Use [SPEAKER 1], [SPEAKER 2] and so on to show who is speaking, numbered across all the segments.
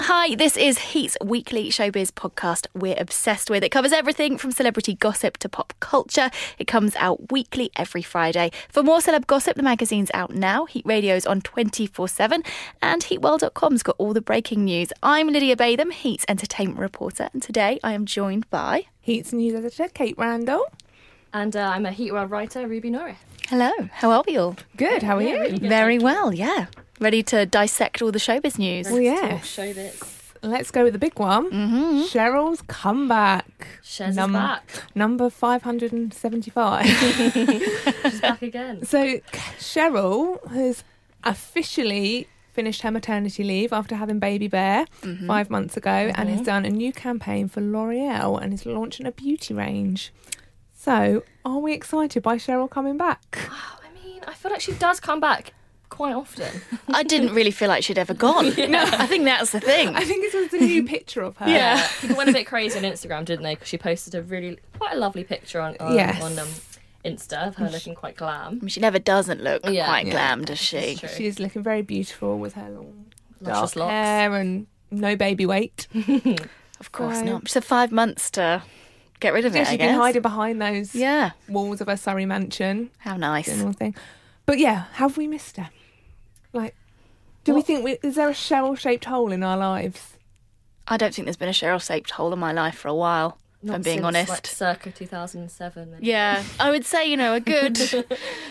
[SPEAKER 1] Hi, this is Heat's weekly showbiz podcast we're obsessed with. It covers everything from celebrity gossip to pop culture. It comes out weekly every Friday. For more celeb gossip, the magazine's out now. Heat Radio's on 24 7, and HeatWell.com's got all the breaking news. I'm Lydia Batham, Heat's entertainment reporter, and today I am joined by.
[SPEAKER 2] Heat's news editor Kate Randall.
[SPEAKER 3] And uh, I'm a heat writer, writer, Ruby Norris.
[SPEAKER 1] Hello, how are we all?
[SPEAKER 2] Good, how are
[SPEAKER 3] Yeah,
[SPEAKER 2] you?
[SPEAKER 3] really good.
[SPEAKER 1] Very well, yeah. Ready to dissect all the showbiz news?
[SPEAKER 2] Well, yeah.
[SPEAKER 3] Show this.
[SPEAKER 2] Let's go with the big one.
[SPEAKER 1] Mm-hmm.
[SPEAKER 2] Cheryl's comeback.
[SPEAKER 3] Cher's is
[SPEAKER 2] Num-
[SPEAKER 3] back.
[SPEAKER 2] Number 575.
[SPEAKER 3] She's back again.
[SPEAKER 2] so, Cheryl has officially finished her maternity leave after having baby bear five months ago and has done a new campaign for L'Oreal and is launching a beauty range. So, are we excited by Cheryl coming back?
[SPEAKER 3] Oh, I mean, I feel like she does come back quite often.
[SPEAKER 1] I didn't really feel like she'd ever gone. I think that's the thing.
[SPEAKER 2] I think this was the new picture of her.
[SPEAKER 3] Uh, people went a bit crazy on Instagram, didn't they? Because she posted a really quite a lovely picture on on,
[SPEAKER 2] Yes.
[SPEAKER 3] on um, Insta of her looking quite glam.
[SPEAKER 1] She never doesn't look
[SPEAKER 3] Yeah.
[SPEAKER 1] quite
[SPEAKER 3] Yeah.
[SPEAKER 1] glam, does she?
[SPEAKER 3] It's true.
[SPEAKER 2] She's looking very beautiful with her long dark
[SPEAKER 3] Luscious locks.
[SPEAKER 2] hair and no baby weight.
[SPEAKER 1] Of course
[SPEAKER 2] So-
[SPEAKER 1] not. She had five months to get rid of it. I
[SPEAKER 2] She's
[SPEAKER 1] guess.
[SPEAKER 2] been hiding behind those
[SPEAKER 1] Yeah.
[SPEAKER 2] walls of her Surrey mansion
[SPEAKER 1] How nice.
[SPEAKER 2] and all thing. But yeah, have we missed her? Like, do we think we, is there a shell-shaped hole in our lives?
[SPEAKER 1] I don't think there's been a Cheryl shaped hole in my life for a while. if
[SPEAKER 3] Not
[SPEAKER 1] I'm being
[SPEAKER 3] since,
[SPEAKER 1] honest.
[SPEAKER 3] like, circa 2007. maybe.
[SPEAKER 1] yeah, I would say you know a good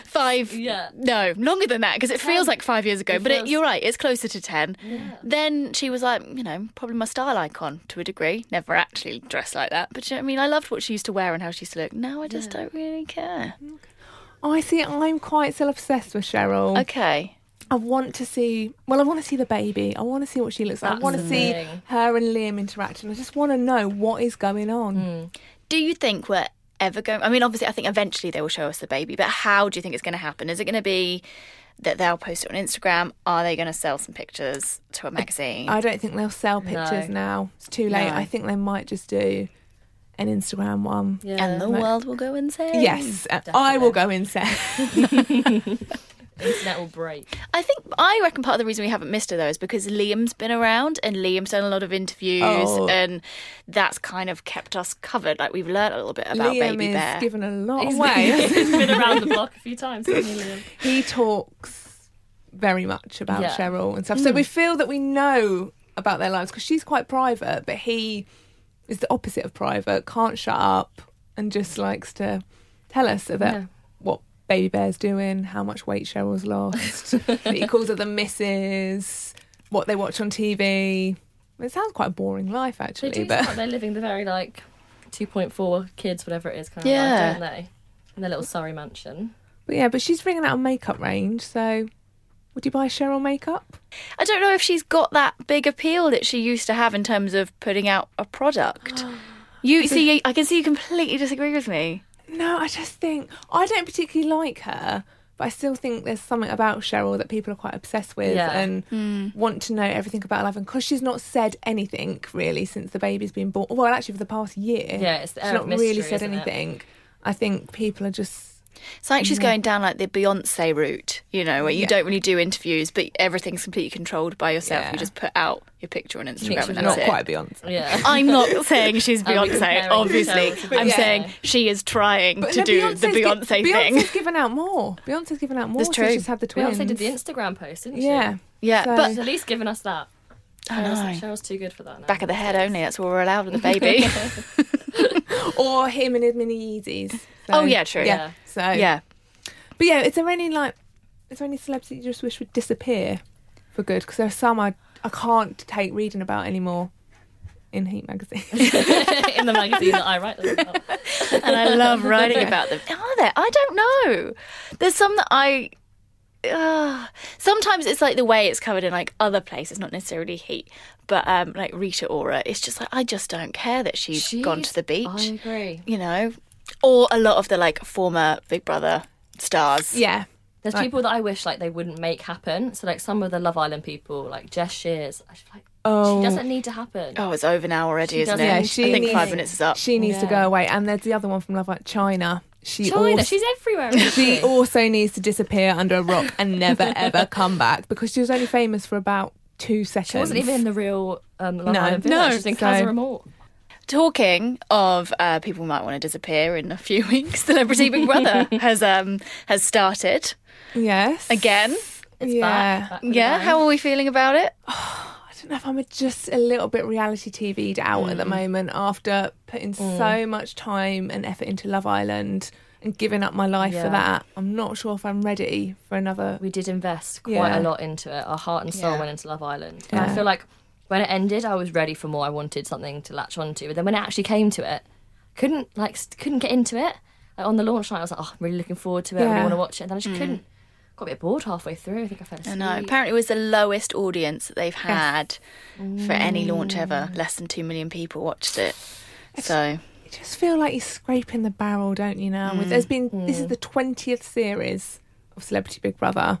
[SPEAKER 1] five.
[SPEAKER 3] Yeah.
[SPEAKER 1] no, longer than that because it feels like five years ago. but it,
[SPEAKER 3] feels-
[SPEAKER 1] you're right, it's closer to ten. Then she was like, you know, probably my style icon to a degree. Never actually dressed like that, but you know, what I mean, I loved what she used to wear and how she used to look. Now I just don't really care.
[SPEAKER 3] Mm.
[SPEAKER 2] I see. I'm quite still obsessed with Cheryl.
[SPEAKER 1] Okay,
[SPEAKER 2] I want to see. Well, I want to see the baby. I want to see what she looks like. I
[SPEAKER 3] That's
[SPEAKER 2] want to
[SPEAKER 3] the
[SPEAKER 2] see
[SPEAKER 3] thing.
[SPEAKER 2] her and Liam interacting. I just want to know what is going on.
[SPEAKER 1] Do you think we're ever going? I mean, obviously, I think eventually they will show us the baby, but how do you think it's going to happen? Is it going to be that they'll post it on Instagram? Are they going to sell some pictures to a magazine?
[SPEAKER 2] I don't think they'll sell pictures now. It's too late.
[SPEAKER 1] Hmm. No.
[SPEAKER 2] I think they might just do an Instagram one.
[SPEAKER 3] Yeah.
[SPEAKER 1] and the world will go insane.
[SPEAKER 2] uh, Yes, uh, I will go insane.
[SPEAKER 3] the internet will break.
[SPEAKER 1] I think I reckon part of the reason we haven't missed her though is because Liam's been around and Liam's done a lot of interviews,
[SPEAKER 2] Oh.
[SPEAKER 1] and that's kind of kept us covered. Like we've learned a little bit about
[SPEAKER 2] Liam
[SPEAKER 1] Baby
[SPEAKER 2] is
[SPEAKER 1] Bear.
[SPEAKER 2] given a lot
[SPEAKER 3] He's
[SPEAKER 2] away.
[SPEAKER 3] He's been around the block a few times, hasn't he, Liam?
[SPEAKER 2] he talks very much about
[SPEAKER 3] Yeah.
[SPEAKER 2] Cheryl and stuff. So we feel that we know about their lives because she's quite private, but he is the opposite of private. Can't shut up and just likes to tell us about
[SPEAKER 3] Yeah.
[SPEAKER 2] what Baby Bear's doing, how much weight Cheryl's lost. that he calls her the missus, what they watch on TV. It sounds quite a boring life,
[SPEAKER 3] They
[SPEAKER 2] actually.
[SPEAKER 3] do
[SPEAKER 2] but
[SPEAKER 3] sound like they're living the very like 2.4 kids, whatever it is, kind of
[SPEAKER 1] Yeah.
[SPEAKER 3] life, don't they? In their little Surrey mansion.
[SPEAKER 2] But yeah, but she's bringing out a makeup range, so would you buy Cheryl makeup?
[SPEAKER 1] I don't know if she's got that big appeal that she used to have in terms of putting out a product. You see, I can see you completely disagree with me.
[SPEAKER 2] No, I just think I don't particularly like her, but I still think there's something about Cheryl that people are quite obsessed with
[SPEAKER 3] Yeah.
[SPEAKER 2] and want to know everything about her life. And because she's not said anything really since the baby's been born, well, actually for the past year,
[SPEAKER 3] Yeah, it's the
[SPEAKER 2] she's
[SPEAKER 3] air of
[SPEAKER 2] not really
[SPEAKER 3] mystery,
[SPEAKER 2] said
[SPEAKER 3] isn't it?
[SPEAKER 2] anything. I think people are just
[SPEAKER 1] It's like
[SPEAKER 2] Mm.
[SPEAKER 1] she's going down like the Beyonce route, you know, where you don't really do interviews, but everything's completely controlled by yourself.
[SPEAKER 2] Yeah.
[SPEAKER 1] You just put out your picture on Instagram, and that's
[SPEAKER 2] not
[SPEAKER 1] it.
[SPEAKER 2] quite Beyonce.
[SPEAKER 3] Yeah.
[SPEAKER 1] I'm not saying she's
[SPEAKER 3] Are we
[SPEAKER 1] Beyonce,
[SPEAKER 3] comparing
[SPEAKER 1] obviously.
[SPEAKER 3] ourselves to
[SPEAKER 1] I'm
[SPEAKER 2] Beyonce?
[SPEAKER 1] saying she is trying
[SPEAKER 2] But
[SPEAKER 1] to
[SPEAKER 2] no,
[SPEAKER 1] do the
[SPEAKER 2] Beyonce's
[SPEAKER 1] Beyonce
[SPEAKER 2] gi-
[SPEAKER 1] thing.
[SPEAKER 2] Beyonce's given out more. Beyonce's given out more.
[SPEAKER 1] That's
[SPEAKER 2] since
[SPEAKER 1] true.
[SPEAKER 2] She's had the twins.
[SPEAKER 3] Beyonce did the Instagram post, didn't she?
[SPEAKER 2] Yeah.
[SPEAKER 1] Yeah,
[SPEAKER 2] So-
[SPEAKER 1] but Oh,
[SPEAKER 3] She's at least given us that. Cheryl's,
[SPEAKER 1] know.
[SPEAKER 3] Cheryl's too good for that now.
[SPEAKER 1] back of the head only. That's all we're allowed with the baby.
[SPEAKER 2] or him in his mini Yeezys. So,
[SPEAKER 1] Oh, yeah, true.
[SPEAKER 2] Yeah.
[SPEAKER 3] Yeah.
[SPEAKER 2] So
[SPEAKER 1] yeah.
[SPEAKER 2] but yeah, is there any like, is there any celebs that you just wish would disappear for good? Because there are some I I can't take reading about anymore in Heat magazine.
[SPEAKER 3] in the magazine that I write them about.
[SPEAKER 1] and I love writing about them. Are there? I don't know. There's some that I. Uh, sometimes it's like the way it's covered in like other places, not necessarily heat, but um, like Rita Ora. It's just like I just don't care that she's gone to the beach,
[SPEAKER 3] I agree.
[SPEAKER 1] you know, or a lot of the like former Big Brother stars.
[SPEAKER 2] yeah.
[SPEAKER 3] There's people that I wish like they wouldn't make happen. So like some of the Love Island people, like Jess Shears, I just like
[SPEAKER 2] Oh.
[SPEAKER 3] she doesn't need to happen.
[SPEAKER 1] Oh, it's over now already, isn't it?
[SPEAKER 3] doesn't- Yeah,
[SPEAKER 2] she
[SPEAKER 1] I think
[SPEAKER 2] needs-
[SPEAKER 1] five minutes is up.
[SPEAKER 2] She needs to
[SPEAKER 3] Yeah.
[SPEAKER 2] go away. And there's the other one from Love Island, China. She
[SPEAKER 3] China,
[SPEAKER 2] also,
[SPEAKER 3] she's everywhere. Isn't
[SPEAKER 2] she
[SPEAKER 3] she?
[SPEAKER 2] also needs to disappear under a rock and never ever come back because she was only famous for about two seconds.
[SPEAKER 3] She wasn't even in the real um, Love
[SPEAKER 2] No.
[SPEAKER 3] Island villa.
[SPEAKER 2] No,
[SPEAKER 3] She's in
[SPEAKER 2] so-
[SPEAKER 3] Casa Amor.
[SPEAKER 1] Talking of uh, people who might want to disappear in a few weeks, Celebrity Big Brother has um, has started
[SPEAKER 2] Yes.
[SPEAKER 1] again.
[SPEAKER 3] It's
[SPEAKER 2] yeah.
[SPEAKER 3] back. back with a
[SPEAKER 1] Yeah,
[SPEAKER 3] bang.
[SPEAKER 1] how are we feeling about it?
[SPEAKER 2] I don't know if I'm just a little bit reality TV'd out
[SPEAKER 3] Mm.
[SPEAKER 2] at the moment after putting so much time and effort into Love Island and giving up my life for
[SPEAKER 3] Yeah.
[SPEAKER 2] that. I'm not sure if I'm ready for another.
[SPEAKER 3] we did invest quite
[SPEAKER 2] Yeah.
[SPEAKER 3] a lot into it. Our heart and soul
[SPEAKER 1] Yeah.
[SPEAKER 3] went into Love Island. And
[SPEAKER 2] Yeah.
[SPEAKER 3] I feel like when it ended, I was ready for more. I wanted something to latch onto. But then when it actually came to it, couldn't like st- couldn't get into it. Like on the launch night, I was like, oh, I'm really looking forward to it. I really
[SPEAKER 2] Yeah. Mm.
[SPEAKER 3] want to watch it. And then I just couldn't. Got a bit bored halfway through. I think I fell asleep.
[SPEAKER 1] I know. Apparently, it was the lowest audience that they've had for any launch ever. Less than 2 million people watched it. So,
[SPEAKER 2] You just feel like you're scraping the barrel, don't you? Now, with there's
[SPEAKER 3] Mm.
[SPEAKER 2] been this is the twentieth series of Celebrity Big Brother.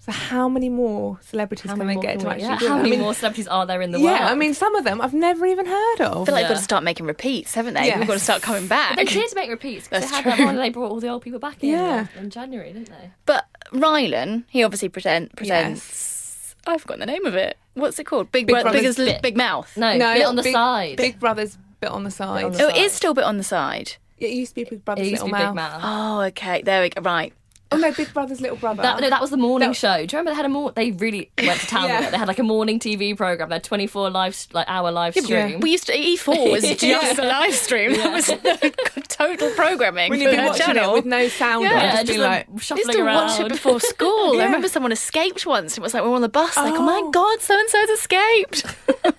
[SPEAKER 2] So how many more celebrities
[SPEAKER 3] How
[SPEAKER 2] can
[SPEAKER 3] many
[SPEAKER 2] they
[SPEAKER 3] more
[SPEAKER 2] get
[SPEAKER 3] can
[SPEAKER 2] to
[SPEAKER 3] we-
[SPEAKER 2] actually
[SPEAKER 3] yeah,
[SPEAKER 2] do
[SPEAKER 3] How
[SPEAKER 2] it? I
[SPEAKER 3] many
[SPEAKER 2] mean,
[SPEAKER 3] more celebrities are there in the world?
[SPEAKER 2] yeah, I mean, some of them I've never even heard
[SPEAKER 1] I
[SPEAKER 2] of.
[SPEAKER 1] feel like we've got
[SPEAKER 3] Yeah.
[SPEAKER 1] to start making repeats, haven't they? We've
[SPEAKER 2] Yeah.
[SPEAKER 1] got to start coming back.
[SPEAKER 3] They did make repeats
[SPEAKER 1] That's
[SPEAKER 3] because they had
[SPEAKER 1] true.
[SPEAKER 3] that one. and They brought all the old people back in
[SPEAKER 2] Yeah.
[SPEAKER 3] in January, didn't they?
[SPEAKER 1] But Rylan, he obviously pretend, presents. I've forgotten the name of it. What's it called? Big,
[SPEAKER 2] Big
[SPEAKER 1] Bro-
[SPEAKER 2] Brother's
[SPEAKER 1] biggest li-
[SPEAKER 3] Bit.
[SPEAKER 1] big mouth.
[SPEAKER 3] No,
[SPEAKER 2] No,
[SPEAKER 3] bit on the
[SPEAKER 2] Big-
[SPEAKER 3] side.
[SPEAKER 2] Big Brother's bit on the side.
[SPEAKER 3] on the
[SPEAKER 1] Oh,
[SPEAKER 3] side.
[SPEAKER 1] it is still bit on the side.
[SPEAKER 2] It used to be Big
[SPEAKER 3] it
[SPEAKER 2] Brother's
[SPEAKER 3] used to
[SPEAKER 2] Little
[SPEAKER 3] be
[SPEAKER 2] Mouth.
[SPEAKER 3] Big Mouth.
[SPEAKER 1] Oh, okay. There we go. Right.
[SPEAKER 2] Oh no, Big Brother's Little Brother.
[SPEAKER 3] That, no, that was the morning
[SPEAKER 2] That-
[SPEAKER 3] show. Do you remember they had a more? They really went to town. with
[SPEAKER 2] Yeah.
[SPEAKER 3] it. They had like a morning TV program. They had twenty four live like hour live
[SPEAKER 2] yeah.
[SPEAKER 3] stream.
[SPEAKER 1] We used to E4 was just a live stream. That was total programming
[SPEAKER 2] when
[SPEAKER 1] for
[SPEAKER 2] you've been
[SPEAKER 1] her
[SPEAKER 2] watching
[SPEAKER 1] channel.
[SPEAKER 2] it with no sound,
[SPEAKER 1] Yeah,
[SPEAKER 2] yeah,
[SPEAKER 3] yeah,
[SPEAKER 2] just, be like,
[SPEAKER 1] I
[SPEAKER 3] shuffling
[SPEAKER 1] used to
[SPEAKER 3] around.
[SPEAKER 1] watch it before school. I
[SPEAKER 2] Yeah.
[SPEAKER 1] remember someone escaped once. It was like we were on the bus, like, oh my
[SPEAKER 2] Oh.
[SPEAKER 1] god, so and so's escaped.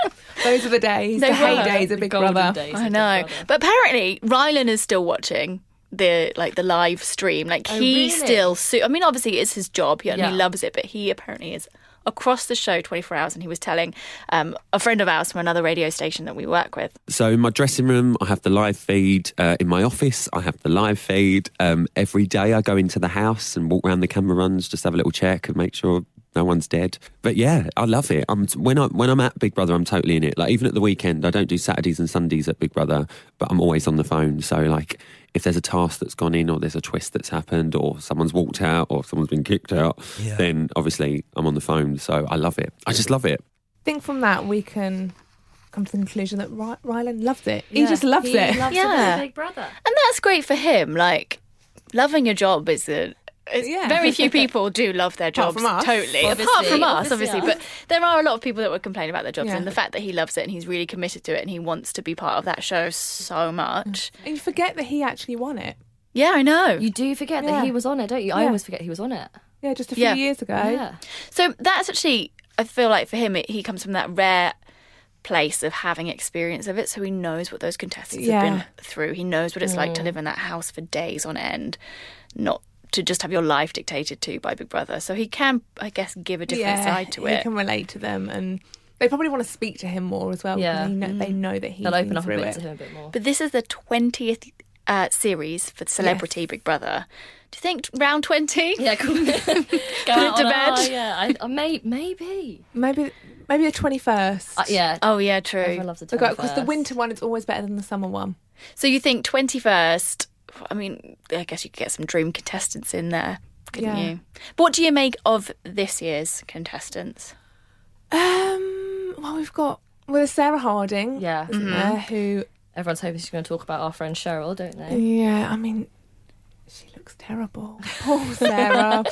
[SPEAKER 2] those are the days,
[SPEAKER 1] They
[SPEAKER 2] the
[SPEAKER 1] were.
[SPEAKER 2] heydays of Big
[SPEAKER 3] Golden
[SPEAKER 2] Brother.
[SPEAKER 3] days of
[SPEAKER 1] I
[SPEAKER 3] Big
[SPEAKER 1] know,
[SPEAKER 3] Brother.
[SPEAKER 1] but apparently Rylan is still watching the like the live stream. Like he
[SPEAKER 3] Oh, really?
[SPEAKER 1] still, su- I mean, obviously it's his job. He, and he
[SPEAKER 3] Yeah.
[SPEAKER 1] loves it, but he apparently is across the show 24 hours. And he was telling um, a friend of ours from another radio station that we work with.
[SPEAKER 4] So in my dressing room, I have the live feed. Uh, in my office, I have the live feed. Um, every day, I go into the house and walk around the camera runs, just have a little check and make sure no one's dead. But yeah, I love it. I'm when I when I'm at Big Brother, I'm totally in it. Like even at the weekend, I don't do Saturdays and Sundays at Big Brother, but I'm always on the phone. So like. If there's a task that's gone in, or there's a twist that's happened, or someone's walked out, or someone's been kicked out, then obviously I'm on the phone. So I love it. I just love it.
[SPEAKER 2] I think from that we can come to the conclusion that Ry- Rylan loved it. He
[SPEAKER 3] Yeah.
[SPEAKER 2] just loved
[SPEAKER 3] He
[SPEAKER 2] it.
[SPEAKER 3] Loves
[SPEAKER 1] Yeah.
[SPEAKER 3] to be Big Brother.
[SPEAKER 1] And that's great for him. Like loving your job is a. it's-
[SPEAKER 2] Yeah.
[SPEAKER 1] Very few people do love their
[SPEAKER 2] Apart
[SPEAKER 1] jobs
[SPEAKER 2] from us.
[SPEAKER 1] totally. Apart
[SPEAKER 3] Obviously.
[SPEAKER 1] from us, obviously,
[SPEAKER 3] Obviously
[SPEAKER 1] but there are a lot of people that would complain about their jobs,
[SPEAKER 2] Yeah.
[SPEAKER 1] and the fact that he loves it and he's really committed to it and he wants to be part of that show
[SPEAKER 2] Mm.
[SPEAKER 1] so much.
[SPEAKER 2] And you forget that he actually won it.
[SPEAKER 1] Yeah, I know.
[SPEAKER 3] You do forget
[SPEAKER 2] Yeah.
[SPEAKER 3] that he was on it, don't you? I
[SPEAKER 2] Yeah. Oh.
[SPEAKER 3] always forget he was on it.
[SPEAKER 2] Yeah, just a few
[SPEAKER 1] Yeah.
[SPEAKER 2] years ago.
[SPEAKER 3] Yeah.
[SPEAKER 1] So that's actually, I feel like for him, it, he comes from that rare place of having experience of it. So he knows what those contestants have
[SPEAKER 2] Yeah. Mm.
[SPEAKER 1] been through. He knows what it's like to live in that house for days on end, not to just have your life dictated to by Big Brother. So he can, I guess, give a different
[SPEAKER 2] Yeah,
[SPEAKER 1] side to
[SPEAKER 2] He
[SPEAKER 1] it.
[SPEAKER 2] can relate to them, and they probably want to speak to him more as well. Yeah,
[SPEAKER 3] Yeah.
[SPEAKER 2] they know, they know that he's
[SPEAKER 3] They'll
[SPEAKER 2] been
[SPEAKER 3] open up a
[SPEAKER 2] through
[SPEAKER 3] bit
[SPEAKER 2] it.
[SPEAKER 3] to him a bit more.
[SPEAKER 1] But this is the 20th uh, series for Celebrity Big Brother. Do you think round 20?
[SPEAKER 3] Yeah, cool. Go out on
[SPEAKER 1] to
[SPEAKER 3] a
[SPEAKER 1] bed.
[SPEAKER 3] high, Yeah, I, I may, maybe.
[SPEAKER 2] Maybe, maybe the twenty first.
[SPEAKER 3] Uh, yeah.
[SPEAKER 1] Oh, yeah, true.
[SPEAKER 3] Everyone loves the
[SPEAKER 2] because the
[SPEAKER 3] 21st.
[SPEAKER 2] winter one is always better than the summer one.
[SPEAKER 1] So you think 21st, I mean, I guess you could get some dream contestants in there, couldn't
[SPEAKER 2] Yeah.
[SPEAKER 1] you? But what do you make of this year's contestants?
[SPEAKER 2] Um, well, we've got well, there's Sarah Harding,
[SPEAKER 3] Yeah. Mm-hmm.
[SPEAKER 2] isn't there? Who,
[SPEAKER 3] Everyone's hoping she's going to talk about our friend Cheryl, don't they?
[SPEAKER 2] yeah, I mean, she looks terrible. Poor Sarah.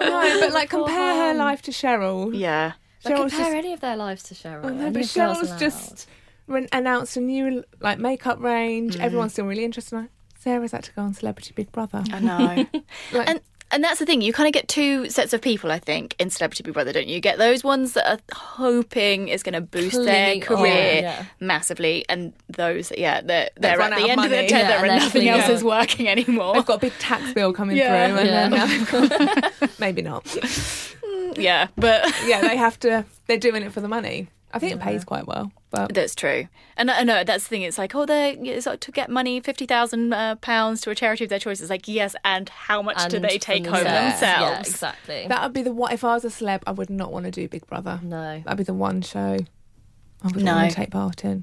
[SPEAKER 2] no, but like compare her life to Cheryl.
[SPEAKER 1] Yeah.
[SPEAKER 3] Like,
[SPEAKER 2] Cheryl's
[SPEAKER 3] compare
[SPEAKER 2] just,
[SPEAKER 3] any of their lives to Cheryl.
[SPEAKER 2] Oh, no,
[SPEAKER 3] Any
[SPEAKER 2] but
[SPEAKER 3] of Cheryl's
[SPEAKER 2] Cheryl's
[SPEAKER 3] allowed.
[SPEAKER 2] just re- announced a new like makeup
[SPEAKER 3] Mm.
[SPEAKER 2] range. Everyone's still really interested. in it. Sarah's had to go on Celebrity Big Brother.
[SPEAKER 1] I know.
[SPEAKER 2] Like,
[SPEAKER 1] and and that's the thing, you kind of get two sets of people, I think, in Celebrity Big Brother, don't you? You get those ones that are hoping is going to boost their
[SPEAKER 3] Clinging on,
[SPEAKER 1] career
[SPEAKER 3] yeah.
[SPEAKER 1] massively, and those, that, yeah, they're, they're
[SPEAKER 2] run
[SPEAKER 1] at the
[SPEAKER 2] out of
[SPEAKER 1] end of their
[SPEAKER 2] money.
[SPEAKER 1] tether
[SPEAKER 3] Yeah, and
[SPEAKER 1] and
[SPEAKER 3] they're
[SPEAKER 1] nothing
[SPEAKER 3] clinging
[SPEAKER 1] else is
[SPEAKER 3] on.
[SPEAKER 1] working anymore.
[SPEAKER 2] I've got a big tax bill coming
[SPEAKER 1] Yeah.
[SPEAKER 2] through, and
[SPEAKER 3] Yeah.
[SPEAKER 2] then now they've got- maybe not.
[SPEAKER 1] yeah, but
[SPEAKER 2] Yeah, they have to. They're doing it for the money. I think it pays quite well, but
[SPEAKER 1] That's true, and I I know that's the thing. It's like, oh, they it's like to get money fifty thousand uh, pounds to a charity of their choice. It's like, yes, and how much do
[SPEAKER 3] And
[SPEAKER 1] they take
[SPEAKER 3] from
[SPEAKER 1] home
[SPEAKER 3] themselves. Yeah,
[SPEAKER 1] themselves?
[SPEAKER 3] exactly.
[SPEAKER 2] That would be the one. If I was a celeb, I would not want to do Big Brother.
[SPEAKER 3] no.
[SPEAKER 2] That'd be the one show I would
[SPEAKER 1] No.
[SPEAKER 2] want to take part in.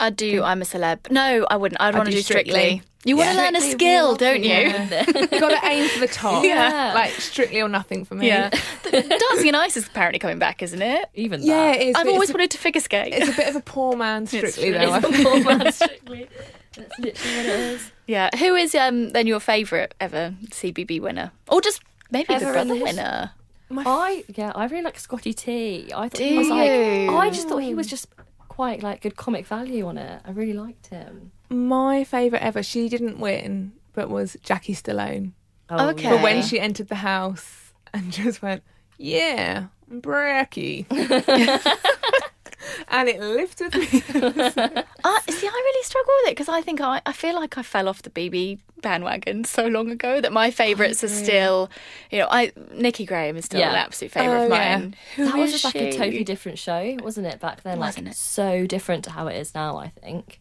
[SPEAKER 1] I do. I'm a celeb. No, I wouldn't. I'd
[SPEAKER 2] I'd
[SPEAKER 1] want to
[SPEAKER 2] do
[SPEAKER 1] do strictly.
[SPEAKER 2] Strictly.
[SPEAKER 1] You want to
[SPEAKER 2] Yeah.
[SPEAKER 1] learn a
[SPEAKER 2] Strictly
[SPEAKER 1] skill,
[SPEAKER 2] Real
[SPEAKER 1] don't you?
[SPEAKER 2] Got to aim for the top.
[SPEAKER 3] Yeah.
[SPEAKER 2] Like strictly or nothing for me.
[SPEAKER 1] Yeah. Dancing in Ice is apparently coming back, isn't it?
[SPEAKER 3] Even
[SPEAKER 2] Yeah,
[SPEAKER 3] that.
[SPEAKER 2] it is.
[SPEAKER 1] I've
[SPEAKER 2] but
[SPEAKER 1] always
[SPEAKER 2] it's,
[SPEAKER 1] wanted to figure skate.
[SPEAKER 2] a, it's a bit of a poor man strictly
[SPEAKER 1] It's
[SPEAKER 2] though. I
[SPEAKER 3] It's
[SPEAKER 2] think.
[SPEAKER 3] a poor man, strictly. That's literally what it is.
[SPEAKER 1] Yeah. Who is um then your favourite ever CBB winner, or just maybe
[SPEAKER 3] Ever
[SPEAKER 1] the
[SPEAKER 3] in
[SPEAKER 1] brother
[SPEAKER 3] the his-
[SPEAKER 1] winner?
[SPEAKER 3] I yeah, I really like Scotty T. I thought
[SPEAKER 1] Do
[SPEAKER 3] he was like
[SPEAKER 1] you?
[SPEAKER 3] I just thought he was just quite like good comic value on it. I really liked him.
[SPEAKER 2] My favourite ever. She didn't win, but was Jackie Stallone.
[SPEAKER 1] Oh, Okay.
[SPEAKER 2] But when
[SPEAKER 1] Yeah.
[SPEAKER 2] she entered the house and just went, yeah, I'm bracky. and it lifted me.
[SPEAKER 1] Uh, see, I really struggle with it because I think I, I feel like I fell off the BB bandwagon so long ago that my favourites
[SPEAKER 2] Oh,
[SPEAKER 1] are still, you know, I Nikki Graham is still
[SPEAKER 3] Yeah.
[SPEAKER 1] an absolute favourite of
[SPEAKER 2] Oh, yeah.
[SPEAKER 1] mine.
[SPEAKER 3] that
[SPEAKER 1] Who
[SPEAKER 3] was
[SPEAKER 1] is
[SPEAKER 3] just like a
[SPEAKER 1] she?
[SPEAKER 3] totally different show, wasn't it, back then?
[SPEAKER 1] Wasn't
[SPEAKER 3] like
[SPEAKER 1] it?
[SPEAKER 3] so different to how it is now, I think.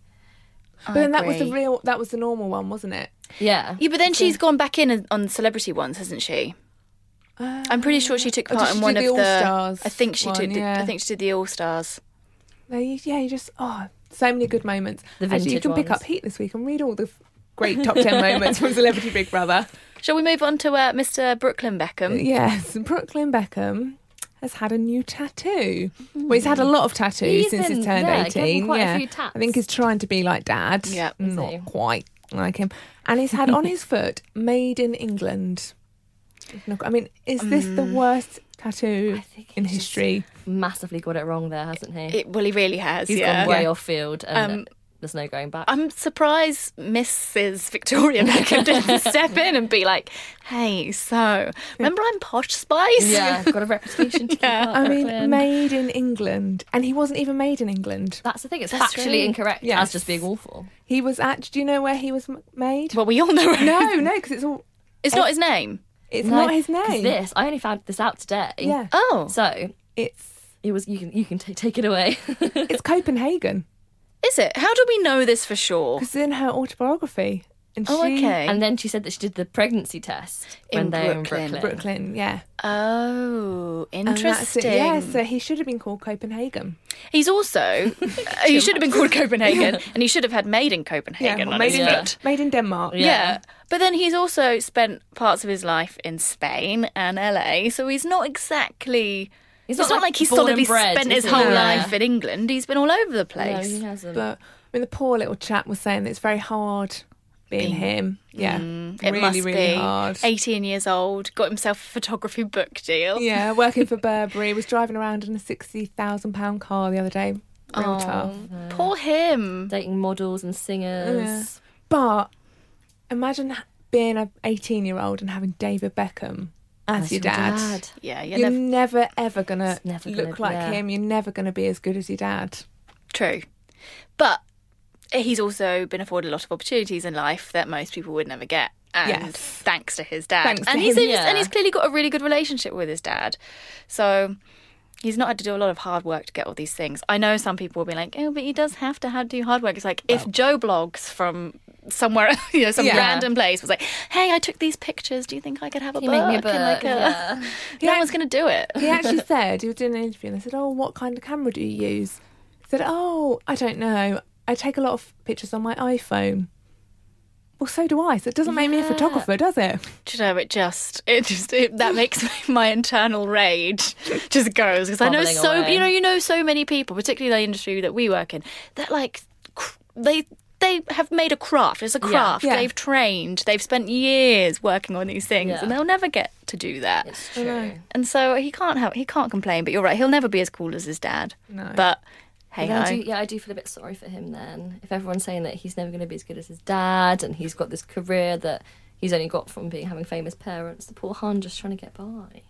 [SPEAKER 1] I
[SPEAKER 2] But then that was the
[SPEAKER 1] agree.
[SPEAKER 2] real, that was the normal one, wasn't it?
[SPEAKER 3] Yeah.
[SPEAKER 1] Yeah, but then she's gone back in on celebrity ones, hasn't she? I'm pretty sure she took
[SPEAKER 2] Oh, did
[SPEAKER 1] part
[SPEAKER 2] Uh, she
[SPEAKER 1] in
[SPEAKER 2] do
[SPEAKER 1] one
[SPEAKER 2] the
[SPEAKER 1] of the.
[SPEAKER 2] All-Stars
[SPEAKER 1] I think she
[SPEAKER 2] one?
[SPEAKER 1] did. The, I
[SPEAKER 2] Yeah.
[SPEAKER 1] think she did the All Stars.
[SPEAKER 2] They- Yeah, you just, oh, so many good moments.
[SPEAKER 3] The
[SPEAKER 2] Actually, you
[SPEAKER 3] vintage
[SPEAKER 2] can pick
[SPEAKER 3] ones.
[SPEAKER 2] up Heat this week and read all the f- great top 10 moments from Celebrity Big Brother.
[SPEAKER 1] Shall we move on to uh, Mr. Brooklyn
[SPEAKER 2] Uh,
[SPEAKER 1] Beckham?
[SPEAKER 2] Yes, Brooklyn Beckham has had a new tattoo. Well, he's had a lot of tattoos
[SPEAKER 3] Hmm. He's
[SPEAKER 2] since he's
[SPEAKER 3] been-
[SPEAKER 2] turned
[SPEAKER 3] yeah, getting
[SPEAKER 2] 18.
[SPEAKER 3] quite a
[SPEAKER 2] yeah.
[SPEAKER 3] few tats.
[SPEAKER 2] I think he's trying to be like dad.
[SPEAKER 1] Yeah. Is
[SPEAKER 2] Not
[SPEAKER 3] he?
[SPEAKER 2] quite like him. And he's had on his foot, made in England. Look, I mean, is this the worst tattoo
[SPEAKER 3] Mm. I think
[SPEAKER 2] in
[SPEAKER 3] he's just
[SPEAKER 2] history?
[SPEAKER 3] Massively got it wrong there, hasn't he?
[SPEAKER 1] It, well, he really has.
[SPEAKER 3] He's
[SPEAKER 1] yeah.
[SPEAKER 3] gone way off field and
[SPEAKER 1] Um,
[SPEAKER 3] there's no going back.
[SPEAKER 1] I'm surprised Mrs. Victoria Beckham didn't step in and be like, "Hey, so remember I'm Posh Spice?
[SPEAKER 3] yeah, got a reputation to keep
[SPEAKER 1] Yeah.
[SPEAKER 3] up. Um,
[SPEAKER 2] I mean,
[SPEAKER 3] Brooklyn.
[SPEAKER 2] made in England. And he wasn't even made in England.
[SPEAKER 3] that's the thing, it's
[SPEAKER 1] That's
[SPEAKER 3] factually
[SPEAKER 1] right.
[SPEAKER 3] incorrect Yeah, as
[SPEAKER 2] Yes.
[SPEAKER 3] just being awful.
[SPEAKER 2] He was at, do you know where he was m- made?
[SPEAKER 1] Well, we all know. it.
[SPEAKER 2] no, no, because it's all,
[SPEAKER 1] it's not his name.
[SPEAKER 2] it's
[SPEAKER 3] No,
[SPEAKER 2] not his
[SPEAKER 3] 'cause
[SPEAKER 2] name.
[SPEAKER 3] This, I only found this out today.
[SPEAKER 2] Yeah.
[SPEAKER 1] Oh,
[SPEAKER 3] So
[SPEAKER 2] It's,
[SPEAKER 3] it was you can you can ta take it away.
[SPEAKER 2] it's Copenhagen.
[SPEAKER 1] is it? How do we know this for sure?
[SPEAKER 2] Because in her autobiography, and
[SPEAKER 1] Oh,
[SPEAKER 2] she,
[SPEAKER 1] okay.
[SPEAKER 3] and then she said that she did the pregnancy test
[SPEAKER 1] In
[SPEAKER 3] when they were
[SPEAKER 1] Brooklyn.
[SPEAKER 3] in Brooklyn.
[SPEAKER 2] Brooklyn, yeah,
[SPEAKER 1] oh,
[SPEAKER 2] And that's
[SPEAKER 1] interesting.
[SPEAKER 2] it. Yeah, so he should have been called Copenhagen.
[SPEAKER 1] He's also uh, he should have been called Copenhagen, and he should have had Made in Copenhagen.
[SPEAKER 2] well,
[SPEAKER 1] on
[SPEAKER 2] made
[SPEAKER 1] his
[SPEAKER 2] in
[SPEAKER 1] foot.
[SPEAKER 3] Yeah.
[SPEAKER 2] made in Denmark.
[SPEAKER 1] Yeah. But then he's also spent parts of his life in Spain and LA, so he's not exactly.
[SPEAKER 3] He's
[SPEAKER 1] it's
[SPEAKER 3] not,
[SPEAKER 1] not
[SPEAKER 3] like,
[SPEAKER 1] like he's
[SPEAKER 3] born and
[SPEAKER 1] solidly
[SPEAKER 3] bred,
[SPEAKER 1] spent his
[SPEAKER 3] is he?
[SPEAKER 1] whole
[SPEAKER 3] Yeah.
[SPEAKER 1] life in England. He's been all over the
[SPEAKER 3] No,
[SPEAKER 1] place.
[SPEAKER 3] he hasn't.
[SPEAKER 2] But I mean, the poor little chap was saying that it's very hard being him. Yeah,
[SPEAKER 1] it
[SPEAKER 2] really,
[SPEAKER 1] must
[SPEAKER 2] really
[SPEAKER 1] be.
[SPEAKER 2] hard.
[SPEAKER 1] 18 years old, got himself a photography book deal.
[SPEAKER 2] yeah, working for Burberry, was driving around in a sixty thousand pound car the other day. Real tough.
[SPEAKER 1] Poor him.
[SPEAKER 3] dating models and singers.
[SPEAKER 2] But imagine h- being an eighteen-year-old and having David Beckham as,
[SPEAKER 3] That's
[SPEAKER 2] your dad.
[SPEAKER 1] Yeah, you're,
[SPEAKER 2] You're
[SPEAKER 1] never
[SPEAKER 2] never, ever gonna
[SPEAKER 3] It's never gonna
[SPEAKER 2] look
[SPEAKER 3] be-
[SPEAKER 2] like
[SPEAKER 3] yeah.
[SPEAKER 2] him. You're never gonna be as good as your dad.
[SPEAKER 1] true. But eh, he's also been afforded a lot of opportunities in life that most people would never get. And
[SPEAKER 2] Yes.
[SPEAKER 1] thanks to his dad.
[SPEAKER 2] Thanks to
[SPEAKER 1] and he's
[SPEAKER 2] him,
[SPEAKER 1] and
[SPEAKER 3] yeah.
[SPEAKER 1] he's clearly got a really good relationship with his dad. So he's not had to do a lot of hard work to get all these things. I know some people will be like, Oh, but he does have to have do hard work. It's like if Joe blogs from somewhere you know, some
[SPEAKER 2] Yeah.
[SPEAKER 1] random place was like, Hey, I took these pictures, do you think I could have a
[SPEAKER 3] Can you
[SPEAKER 1] book?
[SPEAKER 3] make me a
[SPEAKER 1] And like uh,
[SPEAKER 3] book? Yeah.
[SPEAKER 1] No
[SPEAKER 2] Yeah.
[SPEAKER 1] one's gonna do it.
[SPEAKER 2] He actually said he was doing an interview and I said, "Oh, what kind of camera do you use?" He said, "Oh, I don't know. I take a lot of pictures on my iPhone." Well, so do I. So it doesn't make me a photographer, does it?
[SPEAKER 1] Do you know, it just, it just, it, that makes me, my internal rage just goes because I know
[SPEAKER 3] Bubbling
[SPEAKER 1] so,
[SPEAKER 3] away.
[SPEAKER 1] you know, you know so many people, particularly the industry that we work in, that like cr- they they have made a craft. It's a craft.
[SPEAKER 2] Yeah.
[SPEAKER 1] They've trained. They've spent years working on these things,
[SPEAKER 3] Yeah.
[SPEAKER 1] and they'll never get to do that.
[SPEAKER 3] It's true.
[SPEAKER 1] and so he can't help. He can't complain. But you're right. He'll never be as cool as his dad.
[SPEAKER 2] No.
[SPEAKER 1] But hey,
[SPEAKER 3] Yeah, I do,
[SPEAKER 1] ho.
[SPEAKER 3] yeah, I do feel a bit sorry for him then. If everyone's saying that he's never going to be as good as his dad and he's got this career that he's only got from being having famous parents, the poor hun just trying to get by.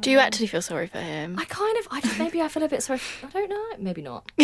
[SPEAKER 1] do you actually feel sorry for him?
[SPEAKER 3] I kind of, I just, maybe I feel a bit sorry. I don't know. Maybe not.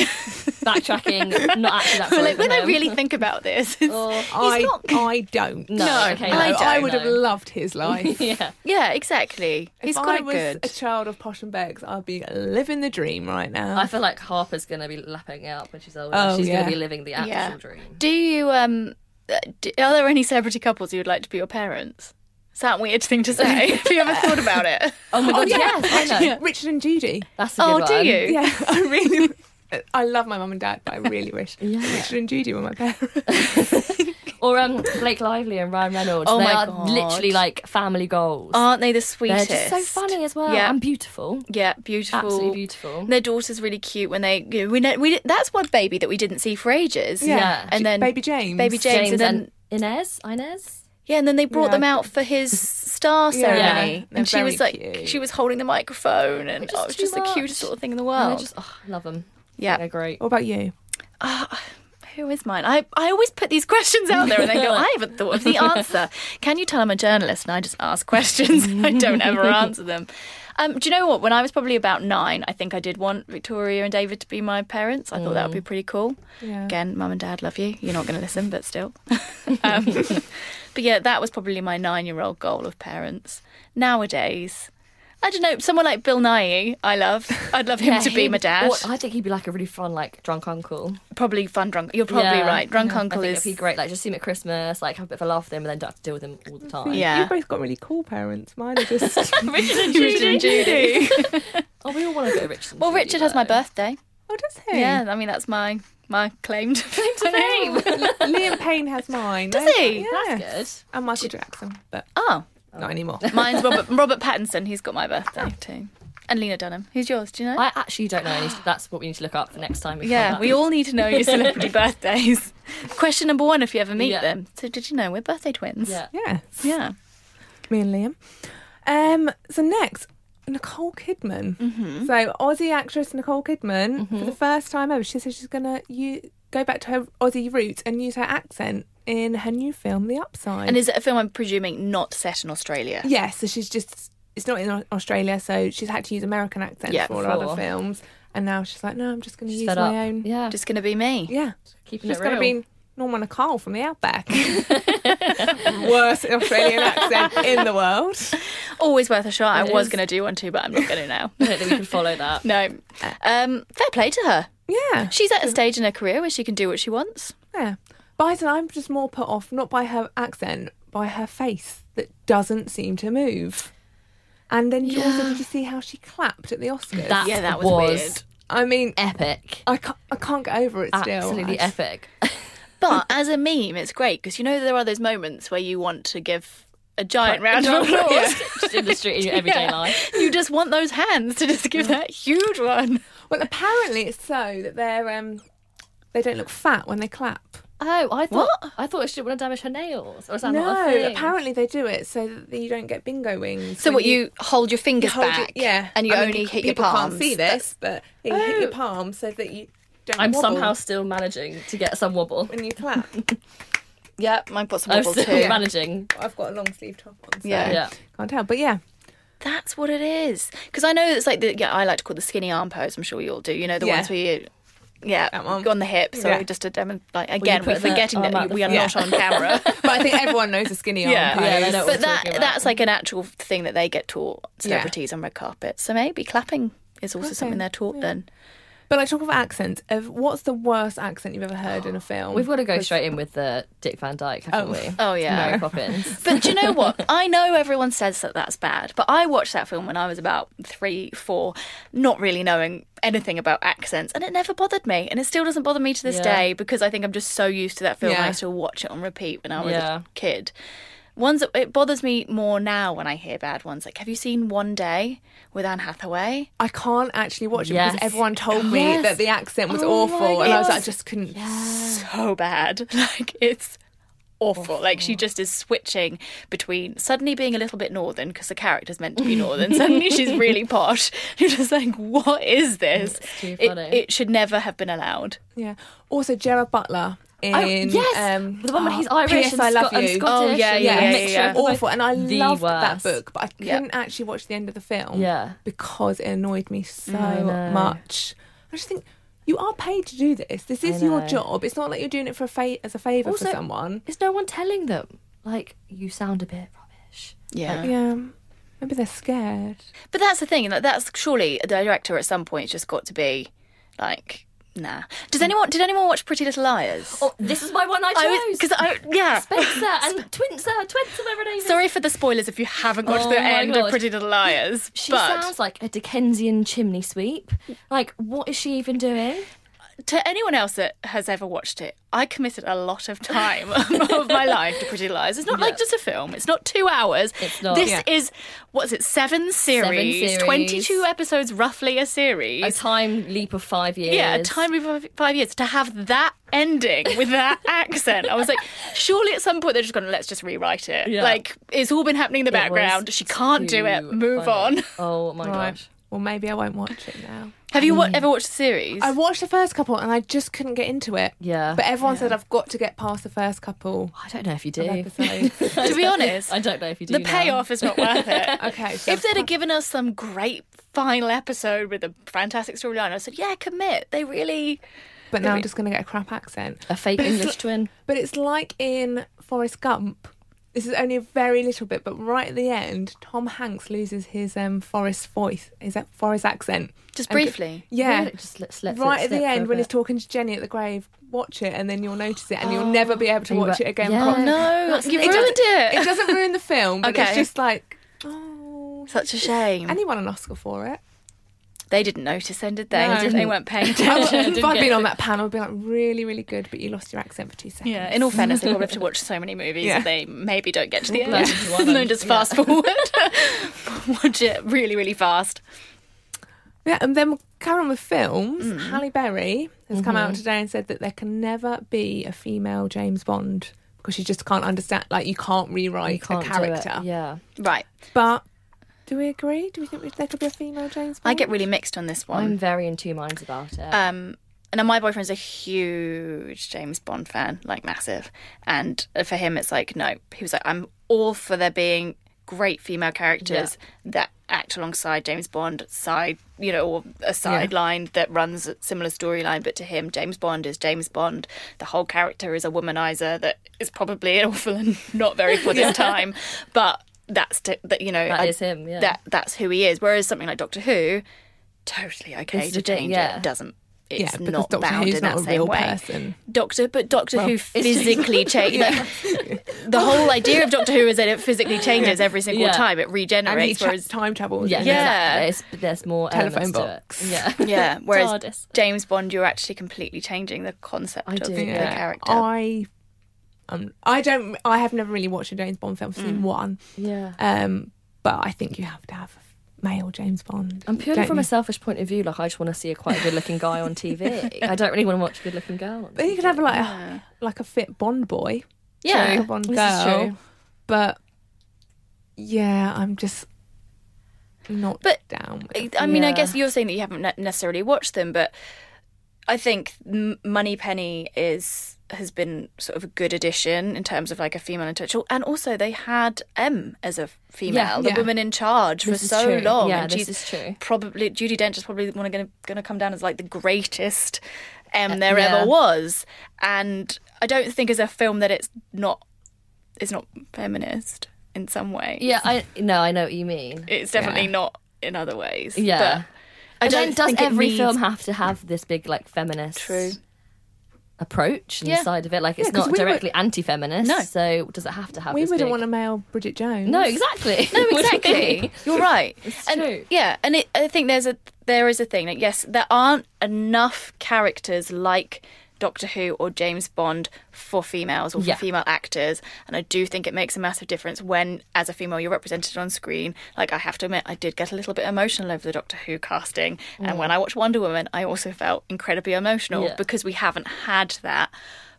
[SPEAKER 3] Backtracking, not actually
[SPEAKER 1] But
[SPEAKER 3] that sorry
[SPEAKER 1] like,
[SPEAKER 3] for
[SPEAKER 1] when I
[SPEAKER 3] him. Oh,
[SPEAKER 1] really think about this, it's,
[SPEAKER 3] Or-
[SPEAKER 2] I,
[SPEAKER 1] not-
[SPEAKER 2] I don't.
[SPEAKER 3] No, No, okay,
[SPEAKER 1] I don't,
[SPEAKER 2] would have
[SPEAKER 3] no.
[SPEAKER 2] loved his life.
[SPEAKER 3] yeah.
[SPEAKER 1] yeah, exactly. He's
[SPEAKER 2] if
[SPEAKER 1] got
[SPEAKER 2] I
[SPEAKER 1] it
[SPEAKER 2] was
[SPEAKER 1] good.
[SPEAKER 2] a child of Posh and Beck's, I'd be living the dream right now.
[SPEAKER 3] I feel like Harper's going to be lapping it up when she's older.
[SPEAKER 2] Oh,
[SPEAKER 3] she's
[SPEAKER 2] yeah.
[SPEAKER 3] going to be living the actual
[SPEAKER 1] Yeah.
[SPEAKER 3] dream.
[SPEAKER 1] Do you um? uh, Do, are there any celebrity couples you would like to be your parents? Is that a weird thing to say? Have you ever thought about it?
[SPEAKER 3] Oh my god, yes, I know.
[SPEAKER 2] Richard and Judy.
[SPEAKER 3] That's a good
[SPEAKER 1] oh, do
[SPEAKER 3] one.
[SPEAKER 1] you?
[SPEAKER 2] Yeah, I really. I love my mum and dad, but I really wish
[SPEAKER 3] Yeah.
[SPEAKER 2] Richard and Judy were my parents.
[SPEAKER 3] Or um, Blake Lively and Ryan Reynolds.
[SPEAKER 1] Oh
[SPEAKER 3] they
[SPEAKER 1] my
[SPEAKER 3] are
[SPEAKER 1] God.
[SPEAKER 3] literally like family goals.
[SPEAKER 1] Aren't they the
[SPEAKER 3] They're
[SPEAKER 1] sweetest?
[SPEAKER 3] just so funny as well
[SPEAKER 1] Yeah.
[SPEAKER 3] and beautiful.
[SPEAKER 1] Yeah, beautiful.
[SPEAKER 3] Absolutely beautiful.
[SPEAKER 1] Their daughter's really cute when they you know, we know, we that's one baby that we didn't see for ages.
[SPEAKER 2] Yeah.
[SPEAKER 3] Yeah.
[SPEAKER 1] and then
[SPEAKER 2] Baby James.
[SPEAKER 1] Baby James, and then
[SPEAKER 3] Inez, Inez.
[SPEAKER 1] yeah, and then they brought
[SPEAKER 2] Yeah.
[SPEAKER 1] them out for his star
[SPEAKER 2] Yeah.
[SPEAKER 1] ceremony,
[SPEAKER 2] Yeah. They're
[SPEAKER 1] and she was
[SPEAKER 2] very
[SPEAKER 1] like
[SPEAKER 2] cute.
[SPEAKER 1] she was holding the microphone, and
[SPEAKER 3] They're
[SPEAKER 1] oh, it was
[SPEAKER 3] just too
[SPEAKER 1] just the
[SPEAKER 3] much.
[SPEAKER 1] cutest little thing in the
[SPEAKER 3] And I
[SPEAKER 1] world.
[SPEAKER 3] just oh, love them.
[SPEAKER 1] yeah,
[SPEAKER 3] They're great.
[SPEAKER 2] What about you?
[SPEAKER 1] Ah, who is mine? I I always put these questions out there, and they go, I haven't thought of the answer. Can you tell I'm a journalist and I just ask questions? I don't ever answer them. Um, do you know what? When I was probably about nine, I think I did want Victoria and David to be my parents. I thought that would be pretty cool.
[SPEAKER 2] Yeah.
[SPEAKER 1] Again, mum and dad love you. You're not going to listen, but still. um, but yeah, that was probably my nine year old goal of parents. Nowadays, I don't know, someone like Bill Nye, I love. I'd love him
[SPEAKER 3] Yeah,
[SPEAKER 1] to be
[SPEAKER 3] he'd-
[SPEAKER 1] my dad.
[SPEAKER 3] or I think he'd be like a really fun, like drunk uncle.
[SPEAKER 1] probably fun drunk. You're probably
[SPEAKER 3] Yeah.
[SPEAKER 1] right. Drunk uncle
[SPEAKER 3] I think
[SPEAKER 1] is.
[SPEAKER 3] it'd be great. Like just see him at Christmas, like have a bit of a laugh with him, and then don't have to deal with him all the time.
[SPEAKER 1] Yeah.
[SPEAKER 2] You've both got really cool parents. Mine are just.
[SPEAKER 1] Richard and Judy.
[SPEAKER 3] Oh, we all want to go to Richard. and
[SPEAKER 1] well,
[SPEAKER 3] Judy,
[SPEAKER 1] Richard has
[SPEAKER 3] though.
[SPEAKER 1] my birthday.
[SPEAKER 2] oh, does he?
[SPEAKER 1] Yeah, I mean that's my my claim to claim to fame.
[SPEAKER 2] Liam Payne has mine.
[SPEAKER 1] Does
[SPEAKER 2] They're-
[SPEAKER 1] he?
[SPEAKER 2] Yeah.
[SPEAKER 3] That's
[SPEAKER 2] And Michael Jackson, but
[SPEAKER 1] Oh,
[SPEAKER 2] not anymore.
[SPEAKER 1] mine's Robert Robert Pattinson. He's got my birthday too, and Lena Dunham. Who's yours? Do you know?
[SPEAKER 3] good. I actually don't know. any- That's what we need to look up for next time. We come
[SPEAKER 1] yeah,
[SPEAKER 3] back.
[SPEAKER 1] we all need to know your celebrity birthdays. Question number one: If you ever meet
[SPEAKER 3] Yeah.
[SPEAKER 1] them, so did you know we're birthday twins?
[SPEAKER 3] Yeah.
[SPEAKER 2] Yeah.
[SPEAKER 1] Yeah.
[SPEAKER 2] me and Liam. Um, so next, Nicole Kidman.
[SPEAKER 1] Mm-hmm.
[SPEAKER 2] So Aussie actress Nicole Kidman, for the first time ever, she says she's gonna u- go back to her Aussie roots and use her accent in her new film, The Upside.
[SPEAKER 1] And is it a film I'm presuming not set in Australia?
[SPEAKER 2] yeah, so she's just it's not in Au- Australia, so she's had to use American accent
[SPEAKER 1] Yeah,
[SPEAKER 2] for all her
[SPEAKER 3] before.
[SPEAKER 2] other films, and now she's like, no, I'm just gonna
[SPEAKER 3] She's
[SPEAKER 2] use
[SPEAKER 3] fed
[SPEAKER 2] my
[SPEAKER 3] up.
[SPEAKER 2] own.
[SPEAKER 3] Yeah, just
[SPEAKER 1] Just gonna be me.
[SPEAKER 2] Yeah,
[SPEAKER 3] keeping
[SPEAKER 2] she's
[SPEAKER 3] it real.
[SPEAKER 2] gonna be Norma Nicole from the Outback. Worst Australian accent in the world.
[SPEAKER 1] Always worth a shot. I
[SPEAKER 3] It
[SPEAKER 1] was
[SPEAKER 3] is.
[SPEAKER 1] gonna do one too, but I'm not gonna now.
[SPEAKER 3] I don't think we can follow that.
[SPEAKER 1] no. Um, fair play to her.
[SPEAKER 2] Yeah,
[SPEAKER 1] She's at a stage in her career where she can do what she wants.
[SPEAKER 2] Yeah. Bison, I'm just more put off not by her accent, by her face that doesn't seem to move. And then you also did you see how she clapped at the Oscars?
[SPEAKER 3] That
[SPEAKER 1] Yeah, that was weird.
[SPEAKER 2] I mean,
[SPEAKER 3] epic.
[SPEAKER 2] I can't, I can't get over it still.
[SPEAKER 3] Absolutely
[SPEAKER 2] I-
[SPEAKER 3] epic.
[SPEAKER 1] But as a meme, it's great because you know there are those moments where you want to give a giant round of applause.
[SPEAKER 3] just in the street in your everyday
[SPEAKER 1] Yeah.
[SPEAKER 3] life.
[SPEAKER 1] You just want those hands to just give that huge one.
[SPEAKER 2] Well, apparently it's so that they're um, they don't look fat when they clap.
[SPEAKER 3] Oh, I thought
[SPEAKER 1] What?
[SPEAKER 3] I thought she didn't want to damage her nails, or is that not a
[SPEAKER 2] no,
[SPEAKER 3] thing?
[SPEAKER 2] apparently they do it so that you don't get bingo wings.
[SPEAKER 1] So
[SPEAKER 2] when
[SPEAKER 1] what you hold your
[SPEAKER 2] you
[SPEAKER 1] fingers
[SPEAKER 2] hold your-
[SPEAKER 1] back,
[SPEAKER 2] yeah,
[SPEAKER 1] and you
[SPEAKER 2] I mean,
[SPEAKER 1] only hit your
[SPEAKER 2] people
[SPEAKER 1] palms. Oh.
[SPEAKER 2] Can't see this, but you hit your palms so that you don't.
[SPEAKER 3] I'm
[SPEAKER 2] wobble
[SPEAKER 3] somehow still managing to get some wobble.
[SPEAKER 2] when you clap.
[SPEAKER 1] Yeah, I've got some
[SPEAKER 3] I'm
[SPEAKER 1] wobble
[SPEAKER 3] still
[SPEAKER 1] too.
[SPEAKER 3] managing.
[SPEAKER 2] I've got a long sleeve top on. So
[SPEAKER 1] Yeah.
[SPEAKER 3] Yeah.
[SPEAKER 2] Can't tell. But yeah.
[SPEAKER 1] That's what it is. Because I know it's like the yeah, I like to call the skinny arm pose. I'm sure you all do. You know the
[SPEAKER 2] Yeah.
[SPEAKER 1] ones where you. Yeah,
[SPEAKER 2] That one.
[SPEAKER 1] go on the hip. So
[SPEAKER 2] Yeah.
[SPEAKER 1] just to demo, like again, we're
[SPEAKER 3] put the
[SPEAKER 1] forgetting
[SPEAKER 3] arm out
[SPEAKER 1] that
[SPEAKER 3] the
[SPEAKER 1] we are
[SPEAKER 2] front.
[SPEAKER 1] not on camera.
[SPEAKER 2] But I think everyone knows a skinny arm
[SPEAKER 1] Yeah,
[SPEAKER 2] pose.
[SPEAKER 3] Yeah, they know
[SPEAKER 1] but
[SPEAKER 3] what we're
[SPEAKER 1] that
[SPEAKER 3] talking about.
[SPEAKER 1] that's like an actual thing that they get taught
[SPEAKER 2] Yeah.
[SPEAKER 1] celebrities on red carpet. So maybe clapping is also something they're taught then.
[SPEAKER 2] But like talk of accents, of what's the worst accent you've ever heard in a film?
[SPEAKER 3] We've got to go straight in with the Dick Van Dyke, haven't we?
[SPEAKER 1] Oh, yeah.
[SPEAKER 3] Mary Poppins.
[SPEAKER 1] But do you know what? I know everyone says that that's bad, but I watched that film when I was about three, four, not really knowing anything about accents, and it never bothered me, and it still doesn't bother me to this
[SPEAKER 3] Yeah.
[SPEAKER 1] day because I think I'm just so used to that film.
[SPEAKER 2] Yeah.
[SPEAKER 1] I used to watch it on repeat when I was
[SPEAKER 3] Yeah.
[SPEAKER 1] a kid. Ones that it bothers me more now when I hear bad ones. Like, have you seen One Day with Anne Hathaway?
[SPEAKER 2] I can't actually watch it
[SPEAKER 3] Yes.
[SPEAKER 2] because everyone told me
[SPEAKER 3] Yes.
[SPEAKER 2] that the accent was
[SPEAKER 3] Oh my
[SPEAKER 2] awful, and I was
[SPEAKER 3] God.
[SPEAKER 2] like, I just couldn't.
[SPEAKER 1] so bad. Like it's awful. Like she just is switching between suddenly being a little bit northern because the character's meant to be northern. suddenly she's really posh. You're just like, what is this?
[SPEAKER 3] too
[SPEAKER 1] It,
[SPEAKER 3] funny.
[SPEAKER 1] it should never have been allowed.
[SPEAKER 2] Yeah. Also, Gerard Butler in
[SPEAKER 3] Oh, yes,
[SPEAKER 2] um,
[SPEAKER 3] the one where he's
[SPEAKER 2] oh,
[SPEAKER 3] Irish
[SPEAKER 2] P.S.
[SPEAKER 3] and,
[SPEAKER 2] I
[SPEAKER 3] Sco-
[SPEAKER 2] love
[SPEAKER 3] and
[SPEAKER 2] you.
[SPEAKER 3] Scottish.
[SPEAKER 1] Oh, yeah,
[SPEAKER 3] and
[SPEAKER 1] yeah,
[SPEAKER 3] a
[SPEAKER 1] yeah,
[SPEAKER 3] mixture
[SPEAKER 1] yeah.
[SPEAKER 3] of both.
[SPEAKER 2] awful, and I
[SPEAKER 3] The
[SPEAKER 2] loved that
[SPEAKER 3] worst.
[SPEAKER 2] book, but I couldn't actually watch the end of the film.
[SPEAKER 3] Yeah.
[SPEAKER 2] because it annoyed me so
[SPEAKER 3] know.
[SPEAKER 2] much. I just think you are paid to do this. This is your
[SPEAKER 3] know.
[SPEAKER 2] job. It's not like you're doing it for a fa- as a favor
[SPEAKER 3] Also-
[SPEAKER 2] for someone.
[SPEAKER 3] Is no one telling them like you sound a bit rubbish?
[SPEAKER 1] Yeah.
[SPEAKER 2] Yeah, maybe they're scared.
[SPEAKER 1] But that's the thing. Like that's surely the director at some point has just got to be like, nah. Does anyone? Did anyone watch Pretty Little Liars?
[SPEAKER 3] Mm. Oh, this is my one I
[SPEAKER 1] I was
[SPEAKER 3] chose.
[SPEAKER 1] because I yeah.
[SPEAKER 3] Spencer and Twinser, Twinser, whatever her name is.
[SPEAKER 1] Sorry for the spoilers if you haven't got to
[SPEAKER 3] Oh
[SPEAKER 1] the
[SPEAKER 3] my
[SPEAKER 1] end
[SPEAKER 3] God.
[SPEAKER 1] of Pretty Little Liars.
[SPEAKER 3] She
[SPEAKER 1] but
[SPEAKER 3] sounds like a Dickensian chimney sweep. Like, what is she even doing?
[SPEAKER 1] to anyone else that has ever watched it, I committed a lot of time of my life to Pretty Lies. It's not like just a film. It's not two hours.
[SPEAKER 3] It's not.
[SPEAKER 1] This
[SPEAKER 2] Yeah.
[SPEAKER 1] is what is it? Seven series,
[SPEAKER 3] series.
[SPEAKER 1] twenty-two episodes, roughly a series.
[SPEAKER 3] A time leap of five years.
[SPEAKER 1] Yeah, a time of five- five years to have that ending with that accent. I was like, surely at some point they're just going, let's just rewrite it.
[SPEAKER 3] Yeah.
[SPEAKER 1] Like, it's all been happening in the
[SPEAKER 3] It was
[SPEAKER 1] background. She can't do it.
[SPEAKER 3] too
[SPEAKER 1] Move
[SPEAKER 3] funny.
[SPEAKER 1] on.
[SPEAKER 3] Oh my
[SPEAKER 2] Right.
[SPEAKER 3] gosh.
[SPEAKER 2] Well, maybe I won't watch it now.
[SPEAKER 1] Have you wa-
[SPEAKER 3] Mm.
[SPEAKER 1] ever watched the series?
[SPEAKER 2] I watched the first couple and I just couldn't get into it.
[SPEAKER 3] Yeah.
[SPEAKER 2] But everyone said I've got to get past the first couple
[SPEAKER 3] I don't know if you do.
[SPEAKER 2] of episodes.
[SPEAKER 1] to be honest,
[SPEAKER 3] I don't know if you do.
[SPEAKER 1] the
[SPEAKER 3] now.
[SPEAKER 1] payoff is not worth it.
[SPEAKER 2] okay. So
[SPEAKER 1] If they'd have given us some great final episode with a fantastic storyline, I said, yeah, commit. They really.
[SPEAKER 2] but now I'm just going to get a crap accent.
[SPEAKER 3] A fake English twin.
[SPEAKER 2] But it's like in Forrest Gump. This is only a very little bit, but right at the end, Tom Hanks loses his um, Forrest voice, his uh, Forrest accent.
[SPEAKER 1] Just
[SPEAKER 2] And go-
[SPEAKER 1] briefly.
[SPEAKER 2] yeah.
[SPEAKER 3] Really? Just let, let
[SPEAKER 2] right
[SPEAKER 3] it
[SPEAKER 2] at
[SPEAKER 3] slip
[SPEAKER 2] the
[SPEAKER 3] for a
[SPEAKER 2] end, when
[SPEAKER 3] bit.
[SPEAKER 2] he's talking to Jenny at the grave, watch it, and then you'll notice it, and you'll never be able to
[SPEAKER 3] And you
[SPEAKER 2] watch
[SPEAKER 3] go,
[SPEAKER 2] it again.
[SPEAKER 3] yeah. Oh,
[SPEAKER 2] properly.
[SPEAKER 1] No, you
[SPEAKER 2] It
[SPEAKER 1] ruined it.
[SPEAKER 2] It doesn't ruin the film, but
[SPEAKER 1] Okay.
[SPEAKER 2] it's just like, oh.
[SPEAKER 1] Such a shame.
[SPEAKER 3] mm.
[SPEAKER 2] And he won an Oscar for it.
[SPEAKER 1] they didn't notice then, did they?
[SPEAKER 2] No.
[SPEAKER 1] They
[SPEAKER 2] Didn't.
[SPEAKER 1] weren't paying
[SPEAKER 2] I
[SPEAKER 1] attention.
[SPEAKER 2] would- if
[SPEAKER 3] didn't
[SPEAKER 2] I'd
[SPEAKER 3] get
[SPEAKER 2] been
[SPEAKER 3] it.
[SPEAKER 2] on that panel, I'd be like, really, really good, but you lost your accent for two seconds.
[SPEAKER 1] Yeah, in all fairness, they probably have to watch so many movies
[SPEAKER 2] Yeah.
[SPEAKER 1] that they maybe don't get to the end.
[SPEAKER 3] Blur into one
[SPEAKER 1] and then
[SPEAKER 3] and-
[SPEAKER 1] just
[SPEAKER 3] yeah.
[SPEAKER 1] fast forward. watch it really, really fast.
[SPEAKER 2] Yeah, and then we'll carry on with films.
[SPEAKER 1] Mm.
[SPEAKER 2] Halle Berry has come
[SPEAKER 1] Mm-hmm.
[SPEAKER 2] out today and said that there can never be a female James Bond because she just can't understand. Like, you can't rewrite
[SPEAKER 3] You can't
[SPEAKER 2] a
[SPEAKER 3] do it.
[SPEAKER 2] character.
[SPEAKER 3] Yeah.
[SPEAKER 1] Right.
[SPEAKER 2] But do we agree? Do we think there could be a female James Bond?
[SPEAKER 1] I get really mixed on this
[SPEAKER 3] I'm
[SPEAKER 1] one.
[SPEAKER 3] very in two minds about it.
[SPEAKER 1] Um, and now my boyfriend's a huge James Bond fan, like massive. And for him, it's like, no. He was like, I'm all for there being great female characters that act alongside James Bond, side, you know, or a sideline that runs a similar storyline. But to him, James Bond is James Bond. The whole character is a womanizer that is probably an awful and not very for this time. But that's, to, that, you know,
[SPEAKER 3] That
[SPEAKER 1] I-
[SPEAKER 3] is him, yeah.
[SPEAKER 1] That, that's who he is. Whereas something like Doctor Who, totally okay
[SPEAKER 3] This is
[SPEAKER 1] to
[SPEAKER 3] the thing,
[SPEAKER 1] change
[SPEAKER 3] yeah.
[SPEAKER 1] it. It doesn't. It's
[SPEAKER 2] Yeah, because
[SPEAKER 1] not
[SPEAKER 2] Doctor
[SPEAKER 1] bound
[SPEAKER 2] Who's
[SPEAKER 1] in
[SPEAKER 2] not
[SPEAKER 1] that
[SPEAKER 2] a
[SPEAKER 1] same
[SPEAKER 2] real
[SPEAKER 1] way.
[SPEAKER 2] person.
[SPEAKER 1] Doctor, but Doctor Who physically changes. the whole idea of Doctor Who is that it physically changes every single
[SPEAKER 3] Yeah.
[SPEAKER 1] time. It
[SPEAKER 2] and he
[SPEAKER 1] regenerates.
[SPEAKER 2] cha-
[SPEAKER 1] whereas,
[SPEAKER 2] time travel.
[SPEAKER 3] yeah.
[SPEAKER 1] yeah.
[SPEAKER 3] Exactly. It's, but there's more
[SPEAKER 2] Telephone
[SPEAKER 3] elements
[SPEAKER 2] box.
[SPEAKER 3] To it. Yeah.
[SPEAKER 1] yeah, whereas
[SPEAKER 3] TARDIS.
[SPEAKER 1] James Bond, you're actually completely changing the concept
[SPEAKER 3] I
[SPEAKER 1] of
[SPEAKER 3] do,
[SPEAKER 1] the
[SPEAKER 3] yeah.
[SPEAKER 1] character.
[SPEAKER 2] I, um, I don't. I have never really watched a James Bond film. I've seen
[SPEAKER 1] Mm.
[SPEAKER 2] one,
[SPEAKER 3] Yeah.
[SPEAKER 2] um, but I think you have to have a male James Bond.
[SPEAKER 3] I'm purely
[SPEAKER 2] don't
[SPEAKER 3] from
[SPEAKER 2] you?
[SPEAKER 3] a selfish point of view. Like I just want to see a quite a good-looking guy on TV. I don't really want to watch a good-looking girl. On
[SPEAKER 2] But you
[SPEAKER 3] TV.
[SPEAKER 2] could have like
[SPEAKER 1] Uh,
[SPEAKER 2] a, like a fit Bond boy,
[SPEAKER 1] Yeah,
[SPEAKER 2] like a Bond
[SPEAKER 3] this
[SPEAKER 2] girl.
[SPEAKER 3] is true.
[SPEAKER 2] But yeah, I'm just not
[SPEAKER 1] But-
[SPEAKER 2] down. With
[SPEAKER 1] I
[SPEAKER 2] it.
[SPEAKER 1] I mean, I
[SPEAKER 3] Yeah.
[SPEAKER 1] guess you're saying that you haven't ne- necessarily watched them, but I think Money Penny is has been sort of a good addition in terms of like a female intellectual, and also they had M as a female, the
[SPEAKER 2] yeah.
[SPEAKER 1] woman in charge
[SPEAKER 3] This
[SPEAKER 1] for
[SPEAKER 3] is
[SPEAKER 1] so
[SPEAKER 3] true.
[SPEAKER 1] long.
[SPEAKER 3] Yeah,
[SPEAKER 1] and
[SPEAKER 3] this
[SPEAKER 1] she's
[SPEAKER 3] is true.
[SPEAKER 1] Probably Judy Dench is probably one going to going to come down as like the greatest M there
[SPEAKER 3] Uh, yeah.
[SPEAKER 1] ever was, and I don't think as a film that it's not it's not feminist in some way.
[SPEAKER 3] Yeah. I no. I know what you mean.
[SPEAKER 1] it's definitely
[SPEAKER 2] Yeah.
[SPEAKER 1] not in other ways.
[SPEAKER 3] Yeah.
[SPEAKER 1] but I
[SPEAKER 3] And
[SPEAKER 1] don't
[SPEAKER 3] then does
[SPEAKER 1] think it
[SPEAKER 3] every
[SPEAKER 1] needs-
[SPEAKER 3] film have to have this big like feminist
[SPEAKER 1] True.
[SPEAKER 3] approach and
[SPEAKER 1] Yeah.
[SPEAKER 3] side of it? Like it's
[SPEAKER 2] Yeah, 'cause
[SPEAKER 3] not
[SPEAKER 2] we were-
[SPEAKER 3] directly anti-feminist.
[SPEAKER 1] No.
[SPEAKER 3] So does it have to have?
[SPEAKER 2] we
[SPEAKER 3] this
[SPEAKER 2] wouldn't
[SPEAKER 3] big-
[SPEAKER 2] want a male Bridget Jones.
[SPEAKER 3] No, exactly.
[SPEAKER 1] No,
[SPEAKER 3] What do you
[SPEAKER 1] exactly.
[SPEAKER 3] think?
[SPEAKER 1] You're right. and,
[SPEAKER 3] true.
[SPEAKER 1] Yeah, and it, I think there's a there is a thing. Like, yes, there aren't enough characters like Doctor Who or James Bond for females or for
[SPEAKER 3] Yeah.
[SPEAKER 1] female actors, and I do think it makes a massive difference when, as a female, you're represented on screen. Like, I have to admit, I did get a little bit emotional over the Doctor Who casting, and when I watched Wonder Woman, I also felt incredibly emotional
[SPEAKER 3] Mm. Yeah.
[SPEAKER 1] because we haven't had that.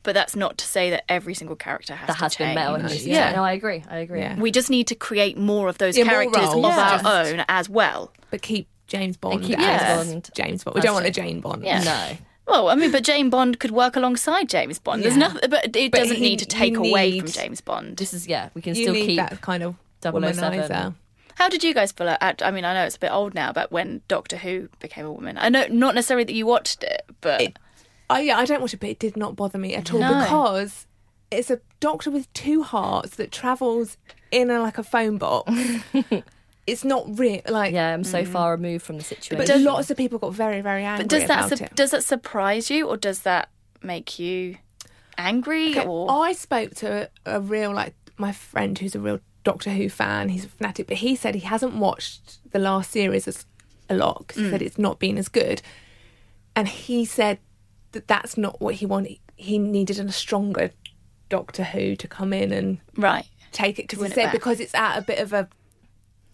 [SPEAKER 1] But that's not to say that every single character has
[SPEAKER 3] that
[SPEAKER 1] to
[SPEAKER 3] has
[SPEAKER 1] change.
[SPEAKER 3] been male. and
[SPEAKER 2] change.
[SPEAKER 3] Yeah.
[SPEAKER 1] Yeah.
[SPEAKER 3] No, I agree. I agree.
[SPEAKER 2] Yeah.
[SPEAKER 1] We just need to create more of those
[SPEAKER 2] Yeah, more
[SPEAKER 1] characters of
[SPEAKER 2] roles,
[SPEAKER 1] our
[SPEAKER 2] just.
[SPEAKER 1] own as well.
[SPEAKER 2] but keep James Bond.
[SPEAKER 3] keep
[SPEAKER 2] as
[SPEAKER 3] James Bond.
[SPEAKER 2] James Bond. We don't want a
[SPEAKER 3] That's
[SPEAKER 2] Jane Bond.
[SPEAKER 1] Yeah.
[SPEAKER 3] No.
[SPEAKER 1] Well, I mean, but Jane Bond could work alongside James Bond. There's
[SPEAKER 2] Yeah.
[SPEAKER 1] nothing, but it
[SPEAKER 2] But
[SPEAKER 1] doesn't
[SPEAKER 2] he-
[SPEAKER 1] need to take
[SPEAKER 2] you
[SPEAKER 1] away
[SPEAKER 2] need-
[SPEAKER 1] from James Bond.
[SPEAKER 3] This is yeah. We can
[SPEAKER 2] You
[SPEAKER 3] still
[SPEAKER 2] need
[SPEAKER 3] keep.
[SPEAKER 2] that kind of
[SPEAKER 3] 007.
[SPEAKER 2] womanizer.
[SPEAKER 1] How did you guys feel? At, I mean, I know it's a bit old now, but when Doctor Who became a woman, I know not necessarily that you watched it, but
[SPEAKER 2] It- I, yeah, I don't watch it, but it did not bother me at all
[SPEAKER 1] No.
[SPEAKER 2] because it's a doctor with two hearts that travels in a, like a phone box. it's not real. Like,
[SPEAKER 3] Yeah, I'm so far removed from the situation.
[SPEAKER 2] Mm-hmm. but lots of people got very, very angry
[SPEAKER 1] but does that
[SPEAKER 2] about
[SPEAKER 1] su-
[SPEAKER 2] it.
[SPEAKER 1] does that surprise you or does that make you angry? Or
[SPEAKER 2] I spoke to a, a real like my friend who's a real Doctor Who fan. He's a fanatic, but he said he hasn't watched the
[SPEAKER 1] Mm.
[SPEAKER 2] last series as a lot. 'cause He said it's not been as good, and he said that that's not what he wanted. He needed a stronger Doctor Who to come in and
[SPEAKER 1] Right.
[SPEAKER 2] take it because
[SPEAKER 1] win
[SPEAKER 2] he
[SPEAKER 1] it
[SPEAKER 2] said
[SPEAKER 1] back.
[SPEAKER 2] because it's at a bit of a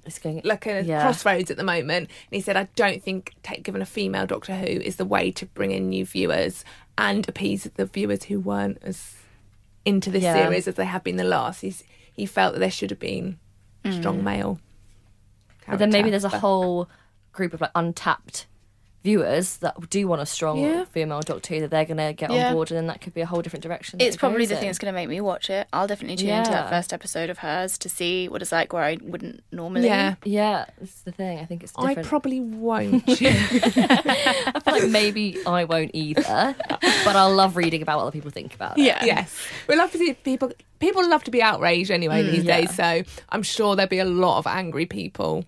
[SPEAKER 3] It's going
[SPEAKER 2] like a
[SPEAKER 3] Yeah.
[SPEAKER 2] crossroads at the moment. And he said, I don't think take, given a female Doctor Who is the way to bring in new viewers and appease the viewers who weren't as into this
[SPEAKER 3] Yeah.
[SPEAKER 2] series as they have been the last. He's, he felt that there should have been a strong male.
[SPEAKER 3] Mm. But then maybe
[SPEAKER 2] character.
[SPEAKER 3] there's a
[SPEAKER 2] But-
[SPEAKER 3] whole group of like untapped viewers that do want a strong
[SPEAKER 2] Yeah.
[SPEAKER 3] female Doctor Who that they're gonna get
[SPEAKER 1] Yeah.
[SPEAKER 3] on board, and then that could be a whole different direction. that
[SPEAKER 1] It's
[SPEAKER 3] it
[SPEAKER 1] probably
[SPEAKER 3] goes
[SPEAKER 1] the thing
[SPEAKER 3] in.
[SPEAKER 1] that's going to make me watch it. I'll definitely tune into that
[SPEAKER 3] Yeah.
[SPEAKER 1] first episode of hers to see what it's like where I wouldn't normally.
[SPEAKER 2] Yeah.
[SPEAKER 3] Yeah, that's the thing. I think it's
[SPEAKER 2] I
[SPEAKER 3] different.
[SPEAKER 2] probably won't.
[SPEAKER 3] I feel like maybe I won't either, but I'll love reading about what other people think about it.
[SPEAKER 1] Yeah.
[SPEAKER 2] yes, we love to see people. People love to be outraged anyway these
[SPEAKER 3] Mm, yeah.
[SPEAKER 2] days, so I'm sure there'll be a lot of angry people.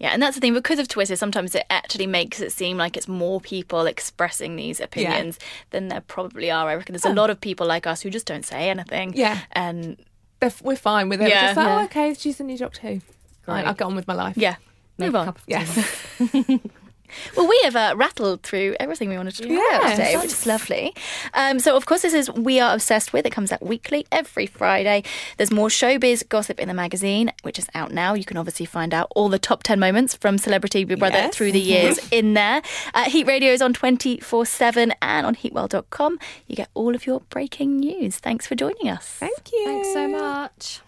[SPEAKER 1] Yeah, and that's the thing because of Twitter, sometimes it actually makes it seem like it's more people expressing these opinions than there probably are. I reckon there's a lot of people like us who just don't say anything.
[SPEAKER 2] Yeah.
[SPEAKER 1] And
[SPEAKER 2] They're, we're fine with it.
[SPEAKER 1] Yeah.
[SPEAKER 2] We're just like,
[SPEAKER 3] Yeah.
[SPEAKER 2] oh, okay, she's the new Doctor Who. Fine,
[SPEAKER 3] Great.
[SPEAKER 2] I'll get on with my life.
[SPEAKER 1] yeah,
[SPEAKER 3] Make
[SPEAKER 1] move
[SPEAKER 3] a
[SPEAKER 1] on.
[SPEAKER 3] cup of tea.
[SPEAKER 2] Yes.
[SPEAKER 1] Well, we have uh, rattled through everything we wanted to talk about
[SPEAKER 2] Yes.
[SPEAKER 1] today, which is lovely. Um, so, of course, this is We Are Obsessed With. It comes out weekly every Friday. There's more showbiz gossip in the magazine, which is out now. You can obviously find out all the top 10 moments from Celebrity Big Brother
[SPEAKER 2] Yes.
[SPEAKER 1] through the years in there. Uh, Heat Radio is on 24 7 and on heatwell.com. You get all of your breaking news. Thanks for joining us.
[SPEAKER 2] Thank you.
[SPEAKER 3] Thanks so much.